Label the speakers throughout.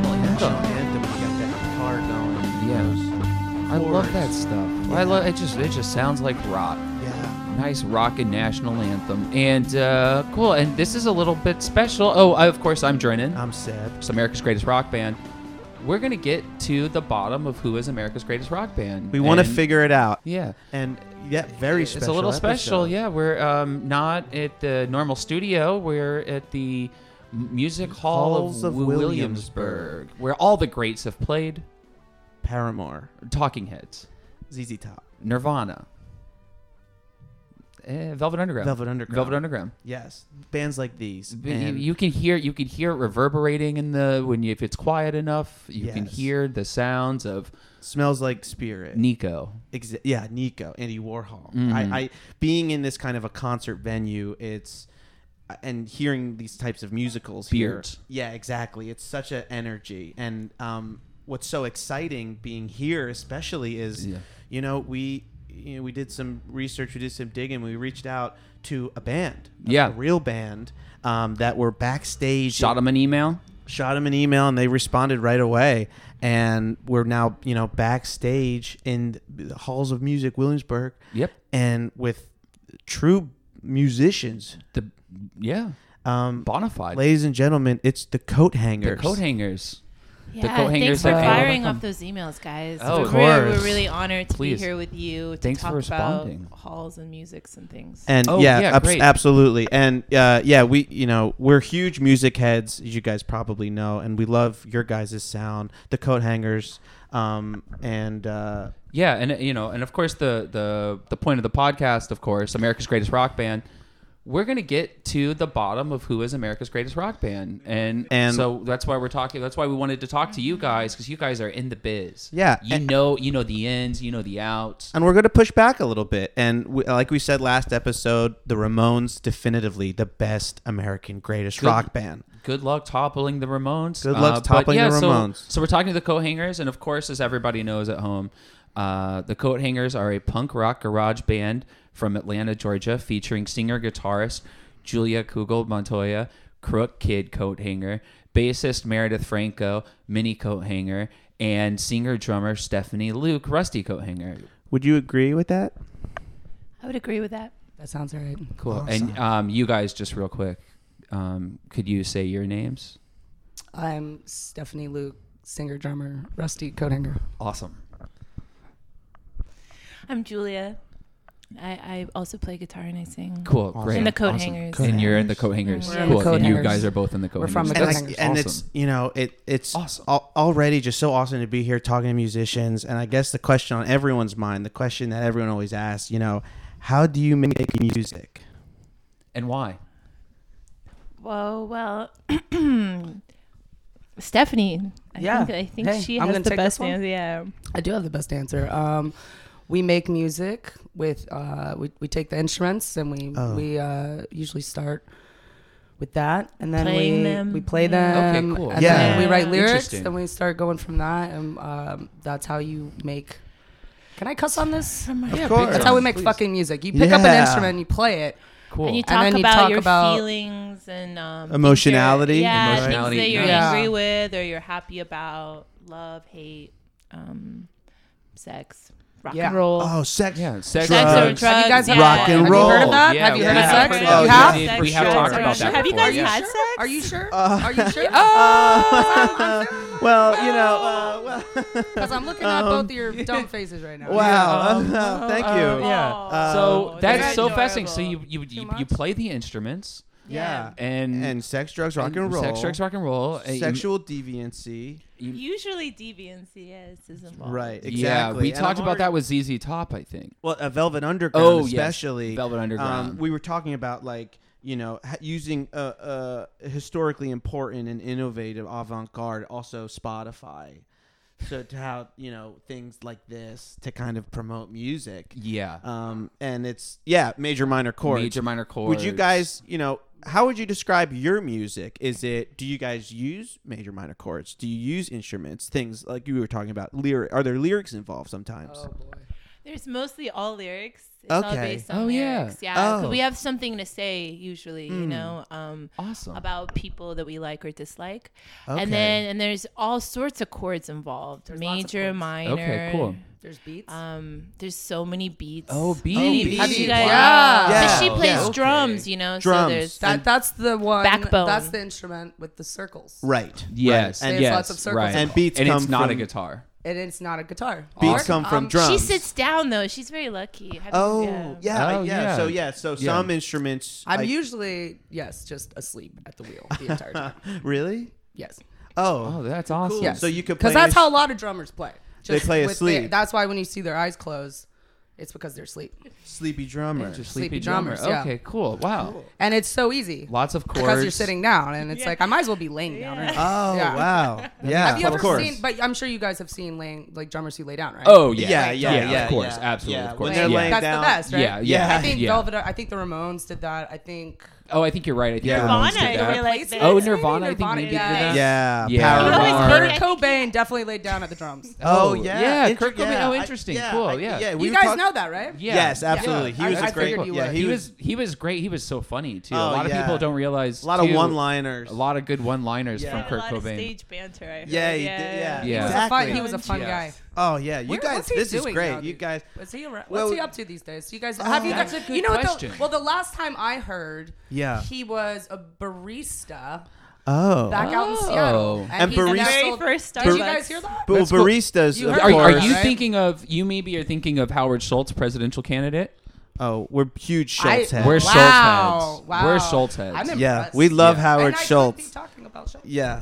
Speaker 1: momentum. We got that guitar going.
Speaker 2: Yeah. I love that stuff. I love it. Just it just sounds like rock.
Speaker 1: Yeah.
Speaker 2: Nice rock and national anthem. And uh, cool. And this is a little bit special. Oh, I, of course, I'm Drennan.
Speaker 1: I'm sad.
Speaker 2: It's America's Greatest Rock Band. We're gonna get to the bottom of who is America's Greatest Rock Band.
Speaker 1: We want to
Speaker 2: And-
Speaker 1: figure it out.
Speaker 2: Yeah.
Speaker 1: And yeah, very
Speaker 2: It's
Speaker 1: special.
Speaker 2: a little special.
Speaker 1: episode.
Speaker 2: Yeah, we're um, not at the normal studio. We're at the M- Music Hall
Speaker 1: Halls
Speaker 2: of,
Speaker 1: of
Speaker 2: Williamsburg, where all the greats have played.
Speaker 1: Paramore,
Speaker 2: Talking Heads,
Speaker 1: ZZ Top.
Speaker 2: Nirvana, eh, Velvet Underground,
Speaker 1: Velvet Underground.
Speaker 2: Velvet Underground.
Speaker 1: Yes, bands like these.
Speaker 2: But you,
Speaker 1: and
Speaker 2: you can hear you can hear it reverberating in the when you, if it's quiet enough. You can
Speaker 1: Yes.
Speaker 2: hear the sounds of
Speaker 1: smells like spirit.
Speaker 2: Nico.
Speaker 1: Exa- yeah, Nico, Andy Warhol.
Speaker 2: Mm-hmm.
Speaker 1: I, I being in this kind of a concert venue, it's and hearing these types of musicals
Speaker 2: Beards.
Speaker 1: here. Yeah, exactly. It's such an energy, and um, what's so exciting being here, especially, is
Speaker 2: Yeah.
Speaker 1: you know we you know, we did some research, we did some digging, we reached out to a band, a-
Speaker 2: Yeah.
Speaker 1: a real band um, that were backstage,
Speaker 2: Shot him an email.
Speaker 1: shot them an email and they responded right away and we're now you know backstage in the halls of music williamsburg
Speaker 2: Yep.
Speaker 1: and with true musicians
Speaker 2: The yeah,
Speaker 1: um
Speaker 2: bonafide.
Speaker 1: ladies and gentlemen it's the coat
Speaker 2: the
Speaker 1: hangers
Speaker 2: coat hangers.
Speaker 3: Yeah,
Speaker 2: The coat hangers
Speaker 3: thanks for
Speaker 2: that people-
Speaker 3: firing off those emails, guys.
Speaker 2: Oh,
Speaker 3: we're
Speaker 2: of
Speaker 3: Really,
Speaker 1: course.
Speaker 3: we're really honored to
Speaker 2: Please.
Speaker 3: be here with you to
Speaker 2: Thanks for
Speaker 3: talk
Speaker 2: responding.
Speaker 3: about halls and musics and things.
Speaker 1: and
Speaker 2: Oh,
Speaker 1: yeah,
Speaker 2: yeah,
Speaker 1: abs-
Speaker 2: great.
Speaker 1: absolutely and uh, yeah we you know we're huge music heads as you guys probably know and we love your guys' sound the coat hangers um, and uh,
Speaker 2: Yeah, and uh, you know, and of course the the the point of the podcast, of course, America's Greatest Rock Band. We're gonna get to the bottom of who is America's Greatest Rock Band, and
Speaker 1: And-
Speaker 2: so that's why we're talking. That's why we wanted to talk to you guys because you guys are in the biz.
Speaker 1: Yeah,
Speaker 2: you
Speaker 1: and-
Speaker 2: know, you know the ins, you know the outs.
Speaker 1: and we're going to push back a little bit. And we, like we said last episode, the Ramones definitively the best American greatest
Speaker 2: Good-
Speaker 1: rock band.
Speaker 2: Good luck toppling the Ramones. Uh,
Speaker 1: Good luck
Speaker 2: but
Speaker 1: toppling the
Speaker 2: so-
Speaker 1: Ramones.
Speaker 2: So, we're talking to the coat hangers, and of course, as everybody knows at home, uh, the coat hangers are a punk rock garage band from Atlanta, Georgia, featuring singer guitarist Julia Kugel Montoya, crook kid coat hanger, bassist Meredith Franco, mini coat hanger, and singer drummer Stephanie Luke, rusty coat hanger.
Speaker 1: Would you agree with that?
Speaker 3: I would agree with that.
Speaker 4: That sounds all right.
Speaker 2: Cool. And um, you guys, just real quick, um, could you say your names?
Speaker 4: I'm Stephanie Luke, singer, drummer, Rusty Coathanger.
Speaker 2: Awesome.
Speaker 3: I'm Julia. I, I also play guitar and I sing.
Speaker 2: Cool.
Speaker 1: Awesome.
Speaker 2: Great.
Speaker 3: In the coat
Speaker 1: Awesome.
Speaker 3: hangers.
Speaker 2: and you're in the coat hangers.
Speaker 3: We're in
Speaker 2: cool.
Speaker 4: the coat
Speaker 2: and you
Speaker 4: hangers.
Speaker 2: guys are both in the coat
Speaker 4: We're
Speaker 2: hangers.
Speaker 4: from the
Speaker 1: And,
Speaker 4: coat
Speaker 1: it's,
Speaker 4: hangers.
Speaker 1: and
Speaker 2: Awesome.
Speaker 1: it's you know it it's
Speaker 2: Awesome.
Speaker 1: al- already just so awesome to be here talking to musicians. And I guess the question on everyone's mind, the question that everyone always asks, you know, how do you make music?
Speaker 2: and why?
Speaker 3: Whoa, well, Stephanie. I
Speaker 4: Yeah.
Speaker 3: Think, I think
Speaker 4: Hey,
Speaker 3: she
Speaker 4: I'm
Speaker 3: has
Speaker 4: gonna
Speaker 3: the
Speaker 4: take
Speaker 3: best
Speaker 4: this one.
Speaker 3: hands. Yeah.
Speaker 4: I do have the best answer. Um, we make music with uh, we, we take the instruments and we
Speaker 1: Oh.
Speaker 4: we uh, usually start with that and then
Speaker 3: Playing
Speaker 4: we
Speaker 3: them.
Speaker 4: we play
Speaker 3: Yeah.
Speaker 4: them.
Speaker 2: Okay, cool.
Speaker 4: And
Speaker 1: Yeah.
Speaker 4: then we write
Speaker 3: Yeah.
Speaker 4: lyrics
Speaker 2: Interesting.
Speaker 4: and we start going from that and um, that's how you make. Can I cuss on this?
Speaker 1: Of course.
Speaker 4: That's how we make
Speaker 2: Please.
Speaker 4: fucking music. You pick up an
Speaker 1: Yeah.
Speaker 4: instrument, and you play it.
Speaker 2: Cool.
Speaker 3: And you
Speaker 4: And then
Speaker 3: talk
Speaker 4: you
Speaker 3: about
Speaker 4: talk
Speaker 3: your
Speaker 4: about-
Speaker 3: feelings and um, things
Speaker 1: Emotionality.
Speaker 3: You're, yeah,
Speaker 2: Emotionality,
Speaker 3: things that you're
Speaker 4: nice.
Speaker 3: angry
Speaker 4: Yeah.
Speaker 3: with or you're happy about. Love, hate, um, sex, rock
Speaker 4: Yeah.
Speaker 3: and roll.
Speaker 1: Oh, sex.
Speaker 2: yeah, sex,
Speaker 3: Sex or
Speaker 2: drugs.
Speaker 3: drugs.
Speaker 4: Have you guys
Speaker 3: yeah.
Speaker 4: heard
Speaker 1: Rock and
Speaker 4: have
Speaker 1: roll.
Speaker 4: You heard of that?
Speaker 2: Yeah,
Speaker 4: have you
Speaker 2: we
Speaker 4: heard of
Speaker 2: have
Speaker 4: sex?
Speaker 3: Oh,
Speaker 2: heard
Speaker 4: You
Speaker 2: of
Speaker 4: have?
Speaker 2: it. We have talked about that
Speaker 3: Have you
Speaker 2: before,
Speaker 3: guys
Speaker 2: yeah.
Speaker 3: had sex?
Speaker 4: Oh,
Speaker 3: Oh!
Speaker 4: Are you sure?
Speaker 1: Uh,
Speaker 4: Are you sure?
Speaker 1: Uh, well, you know. Uh, well,
Speaker 4: Because I'm looking at
Speaker 1: Um,
Speaker 4: both of your dumb faces right now.
Speaker 1: wow.
Speaker 2: Yeah.
Speaker 1: Oh, thank you.
Speaker 2: Uh,
Speaker 3: Yeah.
Speaker 1: Uh,
Speaker 2: so
Speaker 3: Oh,
Speaker 2: that's
Speaker 3: that's
Speaker 2: so
Speaker 3: adorable.
Speaker 2: fascinating. So you you, you,
Speaker 4: much?
Speaker 2: you play the instruments
Speaker 1: yeah.
Speaker 2: and
Speaker 1: And sex, drugs, rock Mm. and roll.
Speaker 2: sex, drugs, rock and roll, and you-
Speaker 1: sexual deviancy.
Speaker 3: Usually deviancy is, is involved.
Speaker 1: Right. Exactly.
Speaker 2: Yeah, we
Speaker 1: And
Speaker 2: talked
Speaker 1: I'm already-
Speaker 2: about that with ZZ Top, I think.
Speaker 1: Well, a Velvet Underground,
Speaker 2: Oh, yes.
Speaker 1: especially Um,
Speaker 2: Velvet Underground.
Speaker 1: we were talking about like you know ha- using a, uh historically important and innovative avant-garde, also Spotify. So to how you know things like this to kind of promote music,
Speaker 2: Yeah,
Speaker 1: um, and it's yeah, major minor chords.
Speaker 2: major minor chords.
Speaker 1: Would you guys, you know, how would you describe your music? Is it do you guys use major minor chords? Do you use instruments? Things like you were talking about lyric. Are there lyrics involved sometimes?
Speaker 4: Oh boy.
Speaker 3: There's mostly all lyrics. It's all
Speaker 1: Okay.
Speaker 3: based on
Speaker 2: Oh, yeah.
Speaker 3: lyrics. Yeah. 'cause
Speaker 1: Oh.
Speaker 3: We have something to say usually, you know, um,
Speaker 2: Awesome.
Speaker 3: about people that we like or dislike.
Speaker 1: Okay.
Speaker 3: And then and there's all sorts of chords involved.
Speaker 4: There's lots of
Speaker 3: major,
Speaker 4: chords.
Speaker 3: minor.
Speaker 2: okay, cool.
Speaker 4: There's beats.
Speaker 3: Um, there's so many beats.
Speaker 2: Oh,
Speaker 1: beats.
Speaker 2: beats.
Speaker 3: Have you
Speaker 1: Beats.
Speaker 3: guys?
Speaker 4: Wow.
Speaker 1: Yeah.
Speaker 3: 'Cause she
Speaker 1: Yeah.
Speaker 3: plays
Speaker 1: Okay.
Speaker 3: drums, you know.
Speaker 1: Drums.
Speaker 3: So there's
Speaker 1: and-
Speaker 4: that that's the one.
Speaker 3: Backbone.
Speaker 4: That's the instrument with the circles.
Speaker 1: Right.
Speaker 2: Yes,
Speaker 1: Right.
Speaker 4: There's
Speaker 1: And
Speaker 2: yes,
Speaker 4: lots of circles
Speaker 2: right.
Speaker 1: And beats
Speaker 2: and it's
Speaker 1: come
Speaker 2: not a
Speaker 1: from-
Speaker 2: guitar.
Speaker 4: And it's not a guitar.
Speaker 1: beats
Speaker 4: Or,
Speaker 1: come from
Speaker 4: um,
Speaker 1: drums.
Speaker 3: she sits down though. She's very lucky. Have you-
Speaker 1: Oh yeah,
Speaker 3: yeah.
Speaker 1: yeah.
Speaker 2: Oh, yeah.
Speaker 1: So yeah, so
Speaker 2: Yeah.
Speaker 1: some instruments.
Speaker 4: I'm
Speaker 1: like-
Speaker 4: usually yes, just asleep at the wheel the entire time.
Speaker 1: really.
Speaker 4: Yes.
Speaker 1: Oh,
Speaker 2: Oh, that's awesome.
Speaker 1: Yes. So you could
Speaker 4: Because
Speaker 1: play
Speaker 4: that's
Speaker 1: an-
Speaker 4: how a lot of drummers play.
Speaker 1: They play
Speaker 4: with
Speaker 1: asleep.
Speaker 4: their- that's why when you see their eyes close, it's because they're asleep.
Speaker 1: sleepy drummer.
Speaker 2: Just
Speaker 4: Sleepy
Speaker 2: sleepy drummer.
Speaker 4: drummers, yeah.
Speaker 2: Okay, cool. Wow.
Speaker 4: And it's so easy
Speaker 2: Lots of chords.
Speaker 4: because you're sitting down, and it's like I might as well be laying down. Right?
Speaker 1: Oh
Speaker 4: Yeah.
Speaker 1: wow. Yeah.
Speaker 4: Have you ever
Speaker 1: of course.
Speaker 4: seen? But I'm sure you guys have seen laying like drummers who lay down, right?
Speaker 2: Oh yeah,
Speaker 1: Yeah, yeah, yeah,
Speaker 2: Of course,
Speaker 1: yeah.
Speaker 2: absolutely,
Speaker 1: Yeah,
Speaker 2: of
Speaker 1: when
Speaker 2: course.
Speaker 4: Like,
Speaker 1: they're
Speaker 2: yeah.
Speaker 1: laying
Speaker 4: that's
Speaker 1: down.
Speaker 4: the best, right?
Speaker 2: Yeah, yeah,
Speaker 4: I think
Speaker 2: yeah.
Speaker 4: Velvet. I think the Ramones did that. I think
Speaker 2: Oh, I think you're right. I think
Speaker 1: Yeah.
Speaker 2: Ramones
Speaker 3: Nirvana,
Speaker 2: did
Speaker 3: you were
Speaker 2: that.
Speaker 3: like this.
Speaker 2: oh, Nirvana.
Speaker 4: Maybe
Speaker 2: I think
Speaker 4: Nirvana
Speaker 2: maybe
Speaker 4: did
Speaker 2: did
Speaker 4: that.
Speaker 2: that.
Speaker 1: Yeah.
Speaker 2: Yeah.
Speaker 1: Power
Speaker 2: You
Speaker 3: always
Speaker 1: bar.
Speaker 3: heard
Speaker 4: Kurt Cobain definitely laid down at the drums.
Speaker 1: Oh yeah.
Speaker 2: Yeah.
Speaker 1: Inter-
Speaker 2: Kurt Cobain.
Speaker 1: yeah,
Speaker 2: Oh,
Speaker 1: I-
Speaker 2: interesting.
Speaker 1: yeah,
Speaker 2: cool.
Speaker 1: I-
Speaker 2: yeah.
Speaker 1: Yeah.
Speaker 4: you guys
Speaker 1: talk-
Speaker 4: know that, right?
Speaker 2: Yeah.
Speaker 1: Yes,
Speaker 2: Yeah.
Speaker 1: absolutely. He
Speaker 4: I-
Speaker 1: was
Speaker 4: I
Speaker 1: a great.
Speaker 4: figured you
Speaker 1: Yeah.
Speaker 4: would.
Speaker 1: He was
Speaker 2: he was great. He was so funny too.
Speaker 1: Oh,
Speaker 2: a lot of
Speaker 1: yeah.
Speaker 2: people don't realize
Speaker 1: a lot of
Speaker 2: too,
Speaker 1: one-liners.
Speaker 2: a lot of good one-liners
Speaker 1: Yeah.
Speaker 2: from
Speaker 1: A
Speaker 2: Kurt
Speaker 3: lot of
Speaker 2: Cobain.
Speaker 3: stage banter. I heard.
Speaker 1: Yeah. He did, yeah.
Speaker 2: Yeah.
Speaker 4: He was a fun, he was a fun
Speaker 2: Yes.
Speaker 4: guy.
Speaker 1: Oh yeah. You
Speaker 4: Where-
Speaker 1: guys.
Speaker 4: what's he
Speaker 1: This is
Speaker 4: doing
Speaker 1: great.
Speaker 4: nowadays?
Speaker 1: You guys.
Speaker 4: Is he around?
Speaker 1: Well-
Speaker 4: What's he up to these days? You guys, have you
Speaker 1: that's
Speaker 4: guys?
Speaker 2: Oh, a good
Speaker 4: you know what? The,
Speaker 2: question.
Speaker 4: well, the last time I heard,
Speaker 1: Yeah.
Speaker 4: he was a barista
Speaker 1: Oh.
Speaker 4: back out in
Speaker 2: Oh.
Speaker 4: Seattle,
Speaker 1: And
Speaker 4: he's an
Speaker 1: barista-
Speaker 4: actual-
Speaker 3: Very first
Speaker 4: Did you
Speaker 3: Starbucks.
Speaker 4: guys hear that?
Speaker 1: Well,
Speaker 2: That's cool.
Speaker 1: baristas,
Speaker 4: You
Speaker 1: of
Speaker 4: heard
Speaker 2: Are, are
Speaker 1: course.
Speaker 2: you
Speaker 4: Right?
Speaker 2: thinking of you? Maybe are thinking of Howard Schultz, presidential candidate.
Speaker 1: oh, we're huge
Speaker 4: I-
Speaker 1: Schultz heads.
Speaker 2: We're
Speaker 4: wow,
Speaker 2: Schultz heads.
Speaker 4: Wow.
Speaker 2: We're Schultz heads.
Speaker 4: I'm impressed.
Speaker 1: yeah. We love
Speaker 2: Yeah.
Speaker 1: Howard
Speaker 4: and I
Speaker 1: Schultz.
Speaker 4: Could be talking about Schultz.
Speaker 1: yeah.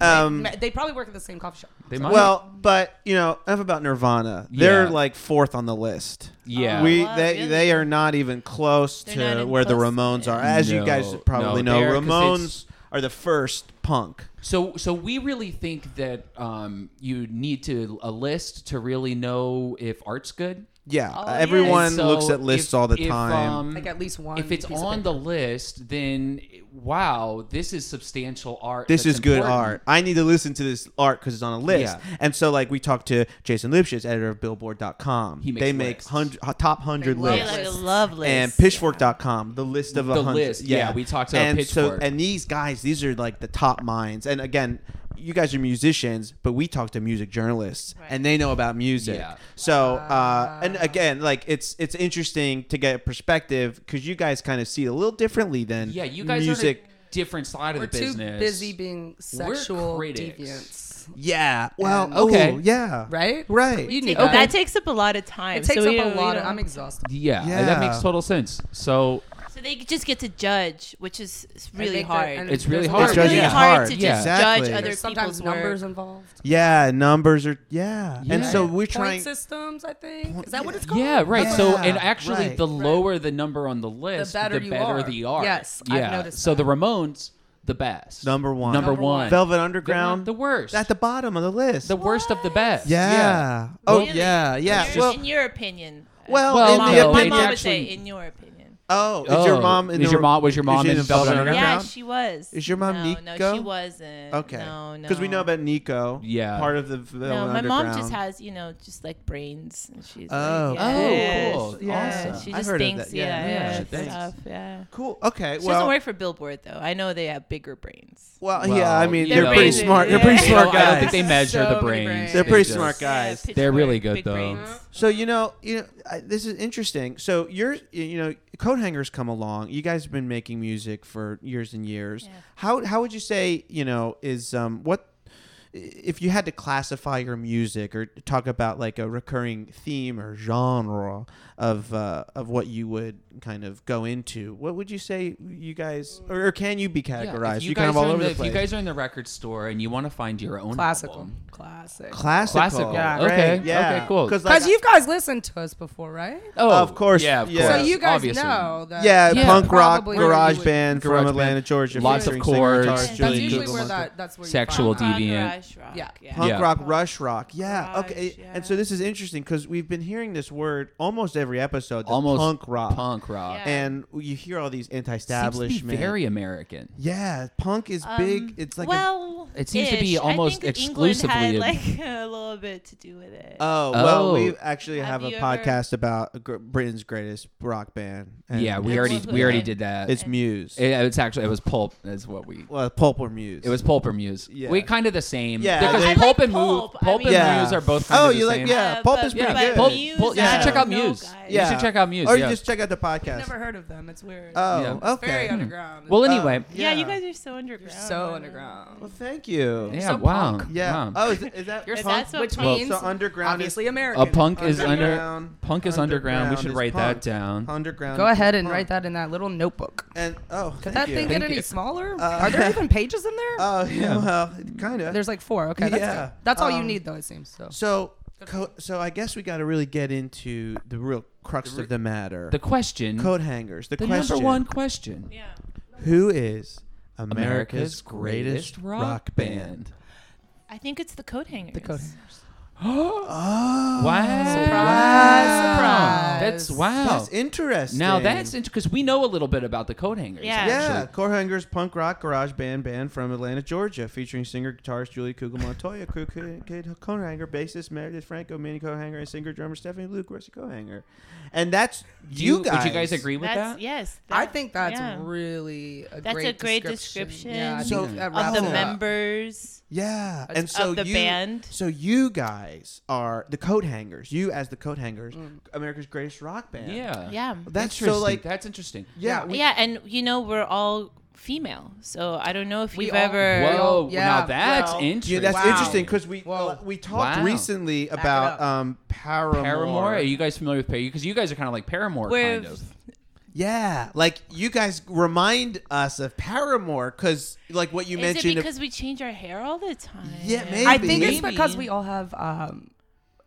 Speaker 4: Ma-
Speaker 1: Um.
Speaker 4: They probably work at the same coffee shop.
Speaker 2: They might.
Speaker 1: Well, but you know, enough about Nirvana. They're
Speaker 2: Yeah.
Speaker 1: like fourth on the list.
Speaker 2: yeah.
Speaker 1: we
Speaker 3: Wow,
Speaker 1: they
Speaker 3: really?
Speaker 1: they are not even close
Speaker 3: They're
Speaker 1: to
Speaker 3: not even
Speaker 1: where the
Speaker 3: close.
Speaker 1: Ramones are. As you guys
Speaker 2: No,
Speaker 1: probably
Speaker 2: no,
Speaker 1: know,
Speaker 2: they're- 'cause
Speaker 1: Ramones are the first punk.
Speaker 2: So, so we really think that um, you need to a list to really know if art's good.
Speaker 1: Yeah,
Speaker 3: Oh,
Speaker 1: everyone
Speaker 2: And so
Speaker 1: looks at lists
Speaker 2: if-
Speaker 1: all the
Speaker 2: if,
Speaker 1: time.
Speaker 2: um,
Speaker 4: Like at least one.
Speaker 2: if it's
Speaker 4: piece of
Speaker 2: on the
Speaker 4: paper.
Speaker 2: list, then wow, this is substantial art.
Speaker 1: this
Speaker 2: that's
Speaker 1: is good
Speaker 2: important.
Speaker 1: art. I need to listen to this art because it's on a list.
Speaker 2: Yeah.
Speaker 1: And so, like, we talked to Jason Lipschitz, editor of Billboard.com.
Speaker 2: He makes
Speaker 1: they make
Speaker 2: lists.
Speaker 1: hundred, top hundred
Speaker 4: love
Speaker 1: lists.
Speaker 3: They like
Speaker 4: lists.
Speaker 3: love lists.
Speaker 1: and pitchfork.com the list of a
Speaker 2: The
Speaker 1: hundred
Speaker 2: list, yeah, we talked about
Speaker 1: and so
Speaker 2: Pitchfork.
Speaker 1: and these guys these are like the top minds and again you guys are musicians but we talk to music journalists
Speaker 3: Right.
Speaker 1: and they know about music
Speaker 2: Yeah.
Speaker 1: so uh, and again like it's it's interesting to get perspective because you guys kind of see it a little differently than
Speaker 2: Yeah, you guys
Speaker 1: music
Speaker 2: are on a different side
Speaker 4: We're
Speaker 2: of the business.
Speaker 4: too busy being sexual
Speaker 2: critics.
Speaker 4: deviants,
Speaker 1: yeah well
Speaker 4: And-
Speaker 1: okay
Speaker 2: Okay.
Speaker 1: yeah
Speaker 4: right?
Speaker 1: right
Speaker 4: You need
Speaker 3: Take-
Speaker 4: that.
Speaker 3: That takes up a lot of time.
Speaker 4: It takes
Speaker 3: so we
Speaker 4: up
Speaker 3: don't-
Speaker 4: a
Speaker 3: we
Speaker 4: lot. Of,
Speaker 3: don't-
Speaker 4: I'm exhausted.
Speaker 2: Yeah,
Speaker 1: Yeah.
Speaker 2: that makes total sense. So
Speaker 3: So they just get to judge, which is it's
Speaker 4: I
Speaker 3: really
Speaker 4: think that-
Speaker 3: hard.
Speaker 4: and
Speaker 2: It's really
Speaker 4: there's
Speaker 2: hard.
Speaker 1: It's judging
Speaker 3: really
Speaker 1: is
Speaker 3: hard,
Speaker 1: hard.
Speaker 3: to just
Speaker 2: Yeah.
Speaker 1: Exactly.
Speaker 3: judge other
Speaker 4: There's sometimes
Speaker 3: people's numbers.
Speaker 4: numbers involved.
Speaker 1: yeah numbers are yeah, and
Speaker 2: Yeah.
Speaker 1: so we're
Speaker 4: Point
Speaker 1: trying
Speaker 4: systems, I think.
Speaker 1: Point-
Speaker 4: Is that what it's called?
Speaker 2: yeah, right. So and
Speaker 1: Yeah,
Speaker 2: actually,
Speaker 1: right.
Speaker 2: the lower the number on the list, the
Speaker 4: better
Speaker 2: better,
Speaker 4: you are.
Speaker 2: the art.
Speaker 4: Yes, I've
Speaker 2: yeah.
Speaker 4: noticed
Speaker 2: So
Speaker 4: that.
Speaker 2: the Ramones, the best.
Speaker 1: Number one.
Speaker 2: Number,
Speaker 4: Number
Speaker 2: one.
Speaker 4: one.
Speaker 1: Velvet
Speaker 2: The,
Speaker 1: Underground
Speaker 2: the worst.
Speaker 1: at the bottom of the list
Speaker 2: the worst of the best.
Speaker 1: Yeah. Oh
Speaker 3: Really?
Speaker 1: yeah, yeah.
Speaker 3: Your-
Speaker 1: well,
Speaker 3: in your opinion.
Speaker 1: well,
Speaker 2: Well,
Speaker 1: in
Speaker 3: Mom-
Speaker 1: the
Speaker 2: no,
Speaker 1: opinion,
Speaker 3: my mom would
Speaker 1: actually-
Speaker 3: say, in your opinion.
Speaker 1: oh, is
Speaker 2: Oh,
Speaker 1: your mom? In
Speaker 2: is
Speaker 1: the,
Speaker 2: your mom- was your
Speaker 1: is
Speaker 2: mom
Speaker 1: she
Speaker 2: in Velvet
Speaker 3: Yeah,
Speaker 2: Underground?
Speaker 3: she was.
Speaker 1: Is your mom
Speaker 3: no, No,
Speaker 1: Nico?
Speaker 3: she wasn't.
Speaker 1: okay,
Speaker 3: No, no.
Speaker 1: because we know about Nico.
Speaker 2: Yeah.
Speaker 1: part of the Velvet
Speaker 3: No, my
Speaker 1: Underground.
Speaker 3: mom just has, you know, just like brains. and She's
Speaker 1: Oh,
Speaker 3: like,
Speaker 1: cool,
Speaker 3: yes,
Speaker 2: cool.
Speaker 3: Yeah,
Speaker 2: Awesome.
Speaker 3: she
Speaker 1: I've
Speaker 3: just
Speaker 1: heard of
Speaker 3: thinks,
Speaker 1: that. Yeah,
Speaker 3: yeah,
Speaker 1: yeah, she
Speaker 3: yeah,
Speaker 1: thinks.
Speaker 3: stuff, yeah.
Speaker 1: Cool. Okay.
Speaker 3: She doesn't
Speaker 1: well,
Speaker 3: work for Billboard though. I know they have bigger brains.
Speaker 1: well,
Speaker 2: Well,
Speaker 1: Uh, yeah. I mean,
Speaker 2: you
Speaker 1: they're
Speaker 2: know,
Speaker 1: pretty
Speaker 2: they-
Speaker 1: smart. They're
Speaker 3: yeah.
Speaker 1: pretty
Speaker 3: They
Speaker 1: smart
Speaker 2: don't- I don't
Speaker 1: guys.
Speaker 2: think they measure
Speaker 4: So
Speaker 2: the
Speaker 4: many
Speaker 2: brains.
Speaker 4: brains.
Speaker 1: They're
Speaker 2: They
Speaker 1: pretty
Speaker 2: just-
Speaker 1: smart guys.
Speaker 3: Yeah,
Speaker 2: They're really good,
Speaker 3: pitchfork, big
Speaker 2: though.
Speaker 3: brains.
Speaker 1: So you know, you know, I, this is interesting. So you're, you know, coat hangers come along. You guys have been making music for years and years.
Speaker 3: Yeah.
Speaker 1: How how would you say you know is um what if you had to classify your music or talk about like a recurring theme or genre of uh, of what you would kind of go into? What would you say you guys or, or can you be
Speaker 2: Yeah, if
Speaker 1: categorized? you,
Speaker 2: you
Speaker 1: kind of
Speaker 2: guys
Speaker 1: all
Speaker 2: are in
Speaker 1: over the,
Speaker 2: if
Speaker 1: place.
Speaker 2: you guys are in the record store and you want to find your own
Speaker 4: Classical.
Speaker 2: album-
Speaker 4: Classic.
Speaker 1: classical.
Speaker 2: Classical.
Speaker 4: Yeah.
Speaker 1: Great.
Speaker 2: Okay.
Speaker 1: Yeah.
Speaker 2: Okay, cool.
Speaker 1: Because
Speaker 4: Because you guys listened to us before, right?
Speaker 2: Oh,
Speaker 1: Of course,
Speaker 2: Yeah, of
Speaker 1: yeah.
Speaker 2: course.
Speaker 4: So you guys
Speaker 2: obviously.
Speaker 4: know that.
Speaker 1: Yeah,
Speaker 2: Yeah.
Speaker 1: punk rock
Speaker 4: probably
Speaker 1: garage
Speaker 4: where you would-
Speaker 1: band from
Speaker 2: Garage
Speaker 1: Atlanta,
Speaker 2: band.
Speaker 1: Georgia.
Speaker 2: Lots of
Speaker 1: featuring singer,
Speaker 2: chords,
Speaker 1: guitarist
Speaker 3: That's
Speaker 4: That's
Speaker 1: Julian
Speaker 4: usually
Speaker 1: Kugelmann.
Speaker 4: where that. That's where you
Speaker 2: Sexual
Speaker 4: find that.
Speaker 2: deviant.
Speaker 3: Rush rock.
Speaker 4: Yeah.
Speaker 3: yeah.
Speaker 1: Punk
Speaker 2: Yeah.
Speaker 1: rock, rush rock. Yeah.
Speaker 3: Garage,
Speaker 1: okay. And
Speaker 3: yeah.
Speaker 1: so this is interesting because we've been hearing this word almost every episode. the
Speaker 2: Almost
Speaker 1: punk rock.
Speaker 2: Punk rock.
Speaker 3: Yeah.
Speaker 1: And you hear all these
Speaker 2: Seems to be
Speaker 1: anti-establishment.
Speaker 2: very American.
Speaker 1: yeah, punk is
Speaker 3: Um,
Speaker 1: big. It's like a-
Speaker 3: well,
Speaker 2: It seems to be
Speaker 3: ish. I
Speaker 2: almost
Speaker 3: think
Speaker 2: exclusively a-
Speaker 3: England had like a little bit to do with it.
Speaker 1: oh well,
Speaker 2: Oh.
Speaker 1: we actually have,
Speaker 3: Have
Speaker 1: a
Speaker 3: you ever-
Speaker 1: podcast about gr- Britain's greatest rock band. and
Speaker 2: yeah, we
Speaker 1: it's-
Speaker 2: already we already did that.
Speaker 1: It's Muse.
Speaker 2: It- it's actually it was pulp is what we
Speaker 1: well, Pulp or Muse.
Speaker 2: It was Pulp or Muse.
Speaker 1: Yeah.
Speaker 2: We kind of the same.
Speaker 1: Yeah,
Speaker 2: because
Speaker 1: I like
Speaker 2: Pulp and
Speaker 3: Pulp.
Speaker 2: Muse,
Speaker 3: I
Speaker 2: Pulp and
Speaker 3: mean-
Speaker 2: Muse are both. Kind
Speaker 1: Oh,
Speaker 2: of the
Speaker 1: you like
Speaker 2: same.
Speaker 1: yeah?
Speaker 3: Uh,
Speaker 1: Pulp
Speaker 3: but-
Speaker 1: is pretty
Speaker 2: yeah.
Speaker 3: but
Speaker 1: good.
Speaker 2: Pulp,
Speaker 3: Muse,
Speaker 2: Pulp- you
Speaker 1: I
Speaker 2: should check
Speaker 1: don't
Speaker 2: out
Speaker 3: know,
Speaker 2: Muse.
Speaker 3: guys.
Speaker 2: You
Speaker 1: yeah.
Speaker 2: should check out Muse.
Speaker 1: Or
Speaker 2: yeah.
Speaker 1: you just check out the podcast.
Speaker 4: Never heard of them. It's weird.
Speaker 1: oh,
Speaker 2: Yeah. It's
Speaker 1: okay.
Speaker 4: Very underground.
Speaker 2: Well,
Speaker 4: It's-
Speaker 1: Oh,
Speaker 2: anyway.
Speaker 3: yeah, you guys are so underground. I
Speaker 4: so
Speaker 3: know.
Speaker 4: underground.
Speaker 1: Well, thank you.
Speaker 2: yeah.
Speaker 4: so
Speaker 2: wow.
Speaker 4: punk.
Speaker 1: Yeah.
Speaker 2: Wow.
Speaker 1: Oh, is, is that
Speaker 4: You're
Speaker 3: Is
Speaker 1: punk?
Speaker 3: that
Speaker 4: punk,
Speaker 3: so
Speaker 4: which
Speaker 2: punk?
Speaker 4: means
Speaker 1: So underground is-
Speaker 4: obviously American.
Speaker 2: a punk is under.
Speaker 1: Underground-
Speaker 2: Punk is underground. We should
Speaker 1: is
Speaker 2: write that
Speaker 1: punk.
Speaker 2: down.
Speaker 1: Underground.
Speaker 4: Go
Speaker 1: is
Speaker 4: ahead and
Speaker 1: punk.
Speaker 4: write that in that little notebook.
Speaker 1: And oh,
Speaker 4: Could
Speaker 1: thank
Speaker 4: that
Speaker 1: you.
Speaker 4: thing get
Speaker 2: Thank
Speaker 4: any
Speaker 2: you.
Speaker 4: smaller?
Speaker 1: Uh,
Speaker 4: Are there even pages in there?
Speaker 1: Oh yeah. Well, kind of.
Speaker 4: There's like four. Okay, that's
Speaker 1: Yeah.
Speaker 4: good. that's all you
Speaker 1: Um,
Speaker 4: need though. It seems so.
Speaker 1: So, co- so I guess we got to really get into the real crux of the matter.
Speaker 2: The question.
Speaker 1: coat hangers. The,
Speaker 2: the
Speaker 1: question.
Speaker 2: number one question.
Speaker 3: Yeah.
Speaker 1: Who is America's, greatest, rock, band?
Speaker 3: I think it's the coat hangers.
Speaker 4: The coat
Speaker 2: wow.
Speaker 1: Oh,
Speaker 4: Surprise,
Speaker 2: That's
Speaker 4: surprise.
Speaker 2: wow.
Speaker 1: That's interesting.
Speaker 2: now that's because we know a little bit about the coat hangers.
Speaker 3: Yeah.
Speaker 1: Yeah,
Speaker 2: actually.
Speaker 1: Core Hangers punk rock garage band band from Atlanta, Georgia, featuring singer guitarist Julie Kugel Montoya, crew Kid Cohanger, bassist Meredith Franco, Manny Cohanger, and singer drummer Stephanie Luke Rusty Cohanger. And that's
Speaker 2: Do
Speaker 1: you, guys.
Speaker 2: Would you guys agree with
Speaker 3: That's
Speaker 2: that?
Speaker 3: yes.
Speaker 4: I
Speaker 3: that-
Speaker 4: think that's
Speaker 3: yeah.
Speaker 4: really a
Speaker 3: That's
Speaker 4: great
Speaker 3: a great description
Speaker 4: Yeah, I
Speaker 1: So- uh,
Speaker 4: think that
Speaker 1: of
Speaker 4: wraps
Speaker 3: of
Speaker 1: Wow.
Speaker 3: the
Speaker 4: it up.
Speaker 3: members.
Speaker 1: Yeah, and so
Speaker 3: of the
Speaker 1: you,
Speaker 3: band.
Speaker 1: So you guys are the coat hangers. You as the coat hangers, America's greatest rock band.
Speaker 2: Mm. Yeah.
Speaker 3: Yeah.
Speaker 1: that's so
Speaker 2: interesting.
Speaker 1: like
Speaker 2: that's interesting.
Speaker 1: yeah. We,
Speaker 3: yeah, and you know we're all female, so I don't know if
Speaker 4: We
Speaker 3: you've
Speaker 4: all-
Speaker 3: ever.
Speaker 2: Whoa!
Speaker 4: Yeah.
Speaker 2: Now that's
Speaker 4: Well, yeah,
Speaker 1: yeah,
Speaker 2: interesting.
Speaker 1: that's
Speaker 4: Wow.
Speaker 1: interesting because we
Speaker 4: Whoa.
Speaker 1: we talked
Speaker 2: Wow.
Speaker 1: recently
Speaker 4: it
Speaker 1: about
Speaker 4: up.
Speaker 1: um Paramore.
Speaker 2: Paramore. Are you guys familiar with Paramore? Because you guys are kind of like Paramore,
Speaker 3: We're-
Speaker 2: kind of.
Speaker 1: Yeah, like you guys remind us of Paramore because like what you
Speaker 3: Is
Speaker 1: mentioned.
Speaker 3: it because we change our hair all the time?
Speaker 1: Yeah,
Speaker 4: I
Speaker 1: maybe.
Speaker 4: think it's because we all have um,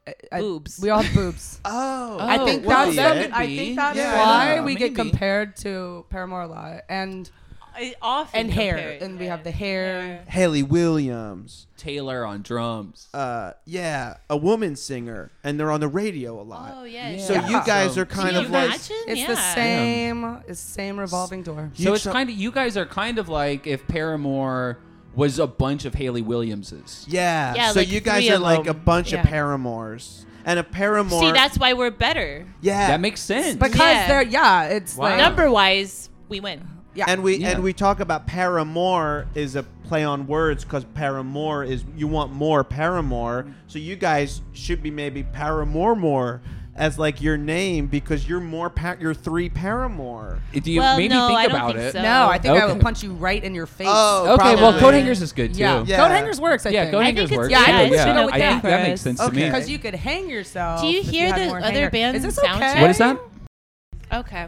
Speaker 4: I- I-
Speaker 3: Boobs.
Speaker 4: We all have boobs.
Speaker 1: oh,
Speaker 4: I
Speaker 2: Oh,
Speaker 4: think
Speaker 2: well,
Speaker 4: that's
Speaker 2: that
Speaker 4: the-
Speaker 2: could
Speaker 4: I
Speaker 2: be.
Speaker 4: think that's
Speaker 1: Yeah,
Speaker 4: why
Speaker 1: yeah,
Speaker 4: we get
Speaker 2: maybe.
Speaker 4: compared to Paramore a lot and
Speaker 3: I often
Speaker 4: and hair
Speaker 3: compare
Speaker 4: and we
Speaker 3: that.
Speaker 4: have the hair.
Speaker 1: Haley Williams.
Speaker 2: Taylor on drums.
Speaker 1: Uh, yeah, a woman singer, and they're on the radio a lot.
Speaker 3: Oh yeah.
Speaker 1: So
Speaker 4: Yeah.
Speaker 1: you guys
Speaker 2: So-
Speaker 1: are kind
Speaker 3: Can
Speaker 1: of
Speaker 3: you
Speaker 1: like
Speaker 3: imagine?
Speaker 4: It's
Speaker 3: yeah.
Speaker 4: the same. It's same revolving door.
Speaker 1: you
Speaker 2: so it's
Speaker 1: tra-
Speaker 2: kind of you guys are kind of like if Paramore was a bunch of Haley Williamses.
Speaker 1: Yeah.
Speaker 3: Yeah,
Speaker 1: so
Speaker 3: like
Speaker 1: you guys
Speaker 3: three
Speaker 1: are
Speaker 3: of
Speaker 1: like a
Speaker 3: them.
Speaker 1: bunch of
Speaker 3: Yeah.
Speaker 1: paramours. And a paramore.
Speaker 3: See, that's why we're better.
Speaker 1: yeah.
Speaker 2: That makes sense.
Speaker 4: Because
Speaker 3: Yeah.
Speaker 4: they're yeah, it's
Speaker 2: Wow.
Speaker 4: like
Speaker 3: Number wise, we win.
Speaker 4: yeah.
Speaker 1: and we
Speaker 2: Yeah.
Speaker 1: and we talk about paramore is a play on words because paramore is you want more paramore. So you guys should be maybe paramore more as like your name because you're more pa- you're three paramore.
Speaker 2: Do you
Speaker 3: Well,
Speaker 2: maybe
Speaker 3: no,
Speaker 2: think
Speaker 3: I don't
Speaker 2: about
Speaker 3: think
Speaker 2: it?
Speaker 3: so.
Speaker 4: no, I think I
Speaker 2: Okay.
Speaker 4: would punch you right in your face.
Speaker 1: Oh,
Speaker 2: Okay, well,
Speaker 1: Probably.
Speaker 2: coat hangers is good too.
Speaker 4: yeah.
Speaker 1: Yeah.
Speaker 4: Coat hangers works. I
Speaker 2: yeah
Speaker 4: think.
Speaker 2: coat
Speaker 3: I
Speaker 2: hangers
Speaker 3: think it's-
Speaker 2: works.
Speaker 3: yeah, I
Speaker 2: too.
Speaker 3: think we
Speaker 2: yeah.
Speaker 3: should go with
Speaker 2: I think
Speaker 3: that,
Speaker 2: that makes
Speaker 3: Chris.
Speaker 2: sense
Speaker 1: Okay.
Speaker 2: to
Speaker 4: because
Speaker 2: me.
Speaker 4: you could hang yourself.
Speaker 3: Do you
Speaker 4: if
Speaker 3: hear
Speaker 4: had
Speaker 3: the
Speaker 4: more
Speaker 3: other
Speaker 4: hanger.
Speaker 3: band's
Speaker 4: Is this
Speaker 3: sound
Speaker 4: okay?
Speaker 3: check?
Speaker 2: What is that?
Speaker 3: Okay.